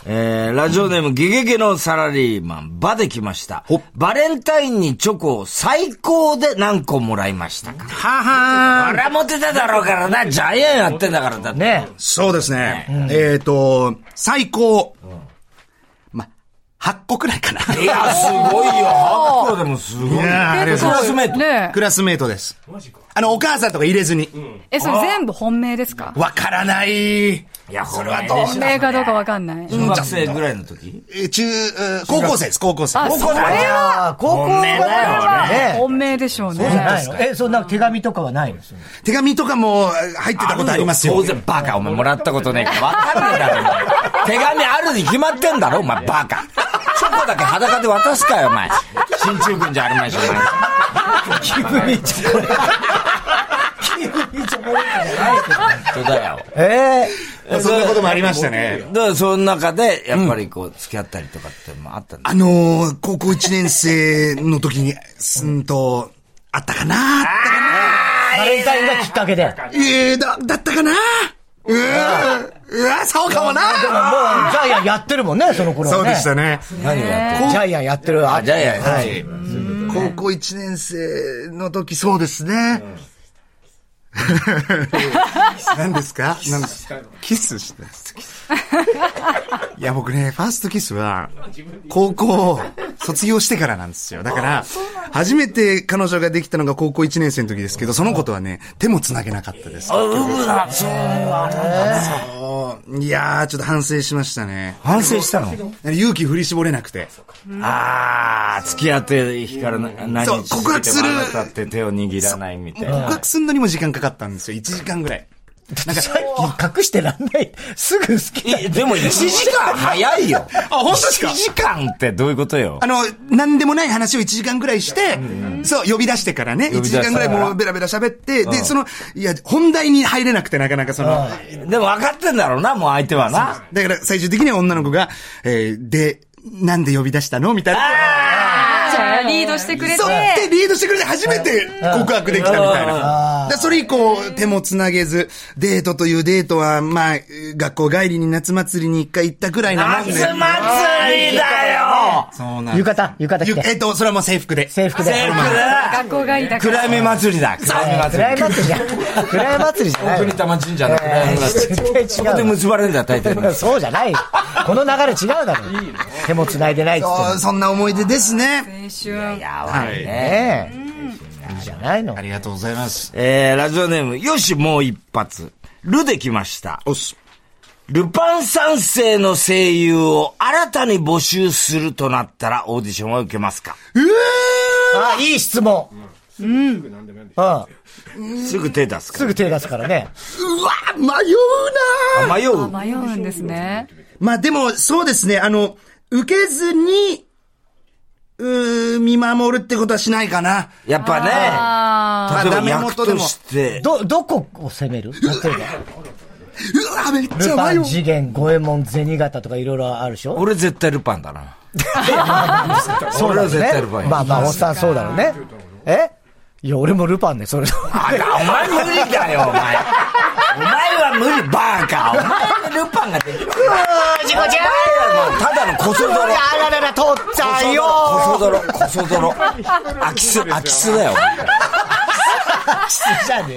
Speaker 2: えー、ラジオネーム、ゲゲゲのサラリーマン、バで来ました。バレンタインにチョコを最高で何個もらいましたか
Speaker 3: はは
Speaker 2: あら、モテただろうからな。ジャイアンやってんだからだって。
Speaker 1: ね
Speaker 3: そうですね。えっと、最高。ま、8個くらいかな。
Speaker 2: いや、すごいよ。8個でもすごい。
Speaker 3: いやーありがとうございま
Speaker 2: クラスメイト。
Speaker 4: ね
Speaker 3: す。クラスメイトです。あの、お母さんとか入れずに。
Speaker 4: え。え、それ全部本命ですか
Speaker 3: わからない。
Speaker 2: いや、これはどう
Speaker 4: 本命かどうかわかんない。
Speaker 2: 小学生ぐらいの時
Speaker 3: え中、え高校生です、高校生。
Speaker 4: あ、
Speaker 3: 高
Speaker 4: そ
Speaker 3: 校
Speaker 4: れは、
Speaker 1: ああ、高校
Speaker 2: 本命だよ
Speaker 1: はね。
Speaker 4: 本命でしょう
Speaker 1: そうじゃ
Speaker 4: ね。
Speaker 1: ないのえ、そんな手紙とかはないの [laughs]
Speaker 3: 手紙とかもえ入ってたことありますよ。
Speaker 2: 当然、バカ。お前もらったことねえから。わかんねえだろお前、手紙あるに決まってんだろ、お前、バカ。チョコだけ裸で渡すかよ、お前。進駐軍じゃあるまいし、お前。
Speaker 1: 気分いいチョコレート。気分いいチョコレートじゃない
Speaker 2: そうだよ。
Speaker 1: え
Speaker 3: まあそんなこともありましたね。
Speaker 2: だから、その中で、やっぱりこう、付き合ったりとかってもあったんだ。
Speaker 3: あのー高校1年生の時に、すんと、あったかなあった
Speaker 1: えバ
Speaker 3: かな
Speaker 1: レンタインがきっかけで。もう、
Speaker 3: えー、だ、だったかなうーうわ、そうかもな
Speaker 1: ジャイアンやってるもんね、その頃はね。
Speaker 3: そうでしたね。
Speaker 2: 何をやってる
Speaker 1: ジャイアンやってる。
Speaker 2: あ、ジャイアン。
Speaker 1: は
Speaker 2: はいい。
Speaker 3: 高校1年生の時、そうですね。何ですか何ですかキスしたんです。キスいや、僕ね、ファーストキスは、高校を卒業してからなんですよ。だから、初めて彼女ができたのが高校1年生の時ですけど、そのことはね、手も繋げなかったです。
Speaker 2: あ、うぶな、そう、
Speaker 3: そういやー、ちょっと反省しましたね。
Speaker 2: 反省したの
Speaker 3: 勇気振り絞れなくて。
Speaker 2: ああ、付き合って日からな何
Speaker 3: そう
Speaker 2: 日続
Speaker 3: 告
Speaker 2: け
Speaker 3: 白
Speaker 2: て
Speaker 3: する
Speaker 2: もあなたって手を握らないみたい
Speaker 3: 告
Speaker 2: な。
Speaker 3: 白するのにも時間かかったんですよ。1時間ぐらい。
Speaker 1: なんかさっき隠してらんない。すぐ好きだ。
Speaker 2: え、でも1時間早いよ。あ、
Speaker 3: 本当ですか
Speaker 2: ?1 時間ってどういうことよ
Speaker 3: あ。の、何でもない話を1時間ぐらいして、そう、呼び出してからね、
Speaker 2: 呼
Speaker 3: 1
Speaker 2: び出し
Speaker 3: 時
Speaker 2: たか
Speaker 3: 間
Speaker 2: ら
Speaker 3: ぐらいもうベラベラ喋って、で、その、いや、本題に入れなくてなかなかその、
Speaker 2: でも分かってんだろうな、もう相手はな。
Speaker 3: だから最終的には女の子が、えーで、なんで呼び出したのみたいな。
Speaker 4: あーリードしてくれて
Speaker 3: そうってリードしてくれて初めて告白できたみたいな。でそれ以降、手もつなげず、デートというデートは、まあ、学校帰りに夏祭りに一回行ったぐらいなもん
Speaker 2: 夏
Speaker 3: で。
Speaker 2: 祭りだよ
Speaker 3: そうなん
Speaker 1: 浴
Speaker 3: です
Speaker 1: 衣、浴衣
Speaker 3: ゆ
Speaker 1: 着
Speaker 3: え
Speaker 1: て。
Speaker 3: っと、それはもう制服で。
Speaker 1: 制服で。
Speaker 2: 制服だ
Speaker 4: 学校帰りだ
Speaker 2: な
Speaker 4: から
Speaker 2: 暗闇祭りだ暗闇
Speaker 1: 暗
Speaker 2: 祭
Speaker 1: い祭りじゃん。暗い祭りじゃない。
Speaker 2: り。栗玉神社の暗闇祭り。
Speaker 1: 絶
Speaker 2: そこ
Speaker 1: 対
Speaker 2: で
Speaker 1: 違う
Speaker 2: 結ばれるんだ、大体
Speaker 1: わ。そうじゃないよ。この流れ違うだろ。手も繋いでないっつってんの
Speaker 3: そう、そんな思い出ですね。
Speaker 4: 青春
Speaker 3: はい。
Speaker 1: ねえ。いいじゃないの
Speaker 3: あ。りがとうございます。
Speaker 2: えー、ラジオネーム、よし、もう一発。ルできました。
Speaker 3: おっす。
Speaker 2: ルパン三世の声優を新たに募集するとなったらオーディションは受けますか
Speaker 1: あ、いい質問。うん。うん。
Speaker 2: すぐ手出すか
Speaker 1: すぐ手出すからね。
Speaker 3: うわ、迷うなー
Speaker 2: ら。迷う。
Speaker 4: 迷うんですね
Speaker 3: まあでも、そうですね、あの、受けずに、うー見守るってことはしないかな。
Speaker 2: やっぱね、
Speaker 4: あ
Speaker 2: 例え
Speaker 3: ダ
Speaker 2: ば
Speaker 3: メ
Speaker 2: 役
Speaker 3: 元で
Speaker 2: と
Speaker 3: も
Speaker 2: して、
Speaker 1: ど、どこを攻める例えば。
Speaker 3: うわ、めっち
Speaker 1: ル
Speaker 3: ゃ
Speaker 1: パ
Speaker 3: 迷
Speaker 1: ン、
Speaker 3: う。
Speaker 1: 次元、五右衛門、銭形とかいろいろあるでしょ
Speaker 2: 俺絶対ルパンだ [laughs] な。
Speaker 1: そうだろう
Speaker 2: 俺は絶対
Speaker 1: ね
Speaker 2: ルパン。よ
Speaker 1: まあまあ、おっさんそうだろうね。えいや、俺もルパンね、それ。
Speaker 2: あお前無理だよ、お前。お前は無理、バーカ。お前のルパンができる。お前はもうただのコソ泥。
Speaker 1: あららら、取っちゃうよ
Speaker 2: コソ泥、コソ泥。空き巣、空き巣だよ。
Speaker 1: じゃあね。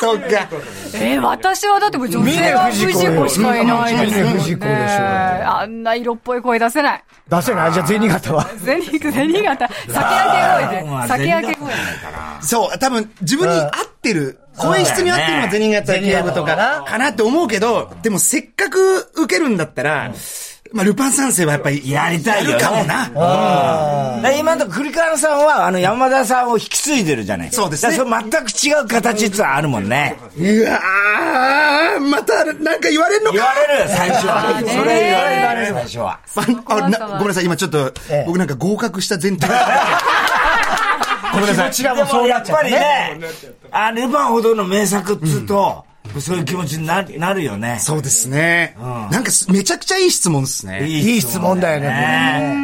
Speaker 3: そっか。
Speaker 4: ーえー私はだってもう女性は
Speaker 1: 峰
Speaker 4: 藤
Speaker 1: 不二子
Speaker 4: 子しかいないですも
Speaker 1: 峰不
Speaker 4: ん
Speaker 1: 二
Speaker 4: ね
Speaker 1: 子でしょ
Speaker 4: あんな色っぽい声出せない
Speaker 1: 出せないじゃあ銭形は。
Speaker 4: 銭
Speaker 3: [laughs]
Speaker 4: 銭形酒明け声で酒明け声
Speaker 3: そう、多分、自分に合ってる、声質に合ってるのは銭形警部と
Speaker 1: 銭形かな
Speaker 3: か、かなって思うけど、でもせっかく受けるんだったら、まあ、ルパン三世はやっぱり、
Speaker 2: やりたいよ
Speaker 3: や
Speaker 2: ね
Speaker 3: るかもな。
Speaker 2: で今のとこ栗川さんは、あの、山田さんを引き継いでるじゃない。
Speaker 3: そうですね
Speaker 2: だからそれ全く違う形ってのはあるもんね。
Speaker 3: うわー、また、なんか言われんの
Speaker 2: 言
Speaker 3: か
Speaker 2: われる、最初は。それ言われる、最初は。
Speaker 3: あなごめんなさい、今ちょっと、
Speaker 1: ええ
Speaker 3: 僕なんか合格した前提
Speaker 1: ごめんなさい。
Speaker 2: で
Speaker 1: 違うもうそう
Speaker 2: も
Speaker 1: な
Speaker 2: や
Speaker 1: っ
Speaker 2: っ
Speaker 1: ちゃ
Speaker 2: ぱ
Speaker 1: う
Speaker 2: り
Speaker 1: ね。
Speaker 2: ね、あルパンほどの名作っつうと、そういう気持ちにななるよね。
Speaker 3: そうですね。なんかすめちゃくちゃいい質問ですね。
Speaker 1: いい質問だよね。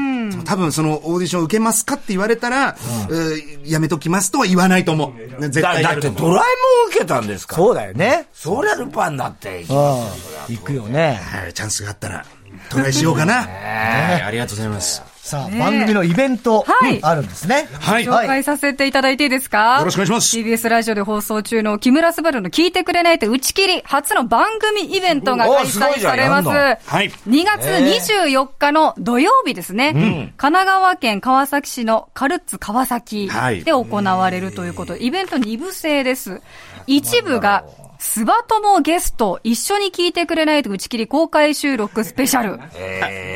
Speaker 3: 多分そのオーディション受けますかって言われたら、うーやめときますとは言わないと思う。絶
Speaker 2: だ
Speaker 3: 対や
Speaker 2: だっ
Speaker 3: る
Speaker 2: て
Speaker 3: と
Speaker 2: ド
Speaker 3: 思う。
Speaker 2: ラえもん受けたんですから。
Speaker 1: そうだよね。
Speaker 2: そりゃルパンだっ
Speaker 1: う
Speaker 2: て。
Speaker 1: ん。行くよね。
Speaker 3: はいチャンスがあったら、トライしようかな。はいありがとうございます。
Speaker 1: さあ、番組のイベント、
Speaker 4: はい
Speaker 1: うんあるんですね。
Speaker 3: はい。
Speaker 4: 紹介させていただいていいですか
Speaker 3: よろしくお願いします
Speaker 4: TBS ラジオで放送中の木村昴の聞いてくれないと打ち切り初の番組イベントが開催されます。
Speaker 2: おーすごいじゃんやん
Speaker 3: はい
Speaker 4: 2月24日の土曜日ですね。神奈川県川崎市のカルッツ川崎
Speaker 3: はい
Speaker 4: で行われるということで、イベント2部制です。一部が、スバ友ゲスト、一緒に聞いてくれないと打ち切り公開収録スペシャル。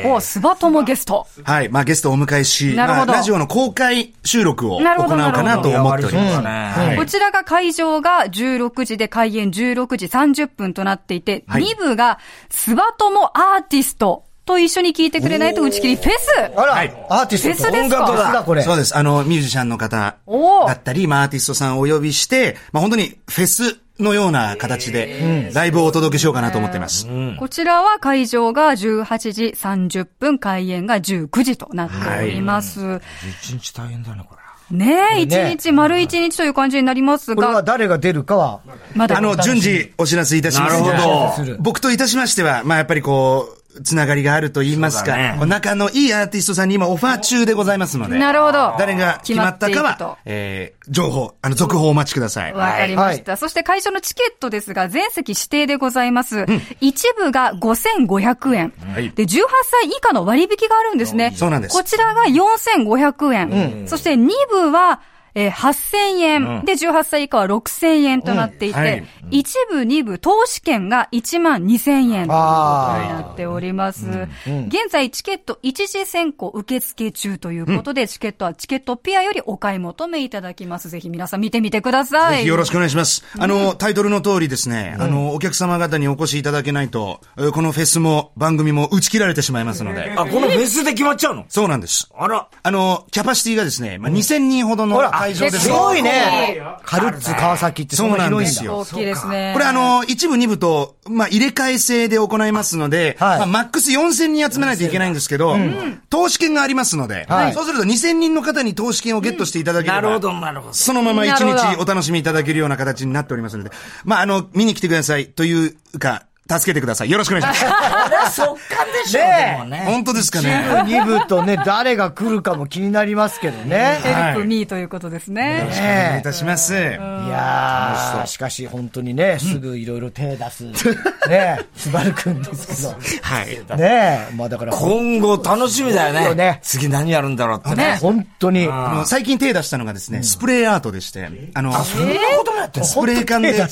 Speaker 4: おー、スバ友ゲスト。
Speaker 3: はい。まあゲストをお迎えし、
Speaker 4: なる
Speaker 3: ま
Speaker 4: ほ
Speaker 3: あ
Speaker 4: ど
Speaker 3: ラジオの公開収録を行
Speaker 4: なる
Speaker 3: お
Speaker 4: ほ
Speaker 3: う
Speaker 4: ど
Speaker 3: かなと思っております。
Speaker 2: ね。
Speaker 4: こちらが会場が16時で開演16時30分となっていて、
Speaker 3: はい
Speaker 4: 2部がスバトモアーティストと一緒に聞いてくれないと打ち切りフェス
Speaker 1: あら、
Speaker 3: はい
Speaker 1: アーティストと音楽
Speaker 4: フェスで
Speaker 1: フェ
Speaker 4: すか
Speaker 1: スだ、これ。
Speaker 3: そうです。あの、ミュージシャンの方
Speaker 4: おー
Speaker 3: だったり、まあアーティストさんをお呼びして、まあ本当にフェスのような形で、ライブをお届けしようかなと思っています。
Speaker 4: こちらは会場が18時30分、開演が19時となっております。
Speaker 2: 一日大変だな、これ。
Speaker 4: ねえ、一
Speaker 1: ね
Speaker 4: 日、丸一日という感じになります
Speaker 1: これは
Speaker 4: が、
Speaker 1: 誰が出るかは、
Speaker 4: ま
Speaker 3: あ
Speaker 4: だ
Speaker 3: の、順次お知らせいたします。
Speaker 2: なるほど
Speaker 3: 僕といたしましては、まあやっぱりこう、つながりがあると言います
Speaker 2: そうだ
Speaker 3: か、
Speaker 2: ね
Speaker 3: お仲のいいアーティストさんに今オファー中でございますので。
Speaker 4: なるほど。
Speaker 3: 誰が決まったか
Speaker 4: 決まっ
Speaker 3: は、えー、情報、あの、続報をお待ちください。
Speaker 4: わかりました。そして会場のチケットですが、全席指定でございます。一部が5500円、
Speaker 3: い
Speaker 4: で、18歳以下の割引があるんですね。
Speaker 3: そうなんです
Speaker 4: こちらが4500円。そして2部は、えー8000円、で、18歳以下は6000円となっていて、
Speaker 3: うんはい
Speaker 4: 一部、二部、投資券が1万2000円と
Speaker 1: あー
Speaker 4: なっております。現在、チケット一時選考受付中ということで、チケットはチケットピアよりお買い求めいただきます。ぜひ皆さん見てみてください。
Speaker 3: ぜひよろしくお願いします。あの、タイトルの通りですね、あの、お客様方にお越しいただけないと、えーこのフェスも番組も打ち切られてしまいますので。
Speaker 2: あ、このフェスで決まっちゃうの
Speaker 3: そうなんです。
Speaker 2: あら。
Speaker 3: あの、キャパシティがですね、まあ、2000人ほどの
Speaker 1: ほら
Speaker 3: 会場ですす
Speaker 1: ごい
Speaker 4: す
Speaker 1: ね
Speaker 4: ご。
Speaker 1: カルッツ川崎ってそんな広いんだ。
Speaker 3: そうなんですよ
Speaker 4: 大きいですね。
Speaker 3: これあ、の、一部二部と、まあ、入れ替え制で行いますので、
Speaker 1: はい
Speaker 3: まあ、マックス4000人集めないといけないんですけど、投資券がありますので、
Speaker 1: はい
Speaker 3: そうすると2000人の方に投資券をゲットしていただければ、
Speaker 2: なるほど、なるほど。
Speaker 3: そのまま一
Speaker 4: なる
Speaker 3: 日
Speaker 4: ほど
Speaker 3: お楽しみいただけるような形になっておりますので、まあ、あの、見に来てくださいというか、助けてください。よろしくお願いします。
Speaker 2: あら、速乾でしょ、
Speaker 1: ねえ
Speaker 2: でも
Speaker 4: [laughs]
Speaker 2: ね。
Speaker 3: 本当ですかね。
Speaker 1: 2部とね、誰が来るかも気になりますけどね。
Speaker 4: ヘルプミーということですね。
Speaker 3: お願いいたします。
Speaker 1: いやー、しかし本当にね、すぐいろいろ手
Speaker 3: [laughs]
Speaker 1: 出す、ね、すばるくんです
Speaker 3: はい。
Speaker 1: けど、ね、まあだから、
Speaker 2: 今後楽しみだ
Speaker 1: そう
Speaker 2: よ
Speaker 1: よ
Speaker 2: ね
Speaker 1: ね。
Speaker 2: 次何やるんだろうってね。
Speaker 4: ね。
Speaker 1: 本当に、
Speaker 3: あの、最近手出したのがですね、スプレーアートでして、あの、スプレー缶で、はい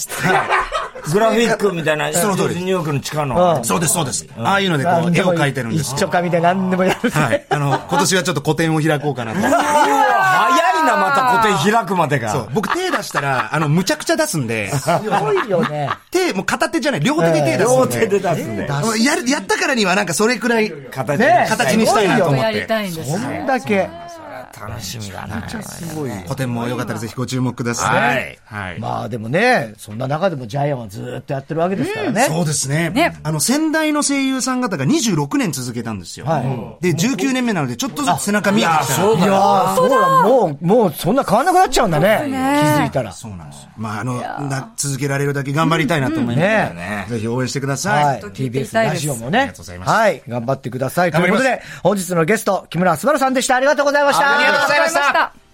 Speaker 2: グラフィックみたいな、
Speaker 3: その通り
Speaker 2: ニューヨークの地下の。
Speaker 3: そうです、そうです。ああいうので、こう、絵を描いてるんです
Speaker 1: 一。緒かみたいな何でもやる。
Speaker 3: はい。あの、今年はちょっと個展を開こうかなと。
Speaker 2: うわ早いな、また個展開くまでが。
Speaker 3: そう。僕手出したら、あの、むちゃくちゃ出すんで、
Speaker 1: すごいよ
Speaker 3: [laughs]
Speaker 1: ね。
Speaker 3: 手、もう片手じゃない、両手で手出すんで。
Speaker 2: 両手で出すんで。
Speaker 3: あのやるやったからにはなんかそれくらい
Speaker 2: 形に
Speaker 1: ね
Speaker 3: 形にしたいなと
Speaker 4: ちょっ
Speaker 3: 思
Speaker 4: とや
Speaker 3: っ
Speaker 4: り
Speaker 3: て。
Speaker 4: たいんです
Speaker 1: こ。んだけ。
Speaker 2: 楽しみだな。
Speaker 3: 古典もよかったらぜひご注目ください。
Speaker 2: はい。
Speaker 3: はい。
Speaker 1: まあでもね、そんな中でもジャイアンはずーっとやってるわけですからね。
Speaker 3: そうですね。
Speaker 4: ね
Speaker 3: あの、先代の声優さん方が26年続けたんですよ。で、19年目なので、ちょっとずつ背中見えてきた
Speaker 2: そう
Speaker 1: い
Speaker 2: だ
Speaker 1: や
Speaker 2: よ。
Speaker 1: ー、そうだ、もう、もうそんな変わんなくなっちゃうんだね。気づいたら。
Speaker 3: そうなんですよ。まあ、あの、な続けられるだけ頑張りたいなと思います
Speaker 1: ね
Speaker 3: ね。ぜひ応援してくだ
Speaker 1: は
Speaker 3: さ
Speaker 1: い。
Speaker 3: い。
Speaker 4: 聞いていき
Speaker 1: TBS
Speaker 4: たい
Speaker 1: ラ
Speaker 4: です
Speaker 1: ジオも
Speaker 3: あり
Speaker 1: ね
Speaker 3: がとうござい。ます
Speaker 1: はい。頑張ってください。とい
Speaker 3: 頑張
Speaker 1: う
Speaker 3: り
Speaker 1: こ
Speaker 3: ます
Speaker 1: とで、本日のゲスト、木村昴さんでした。ありがとうございました。
Speaker 2: ありがとうございました
Speaker 4: ありがとうございました。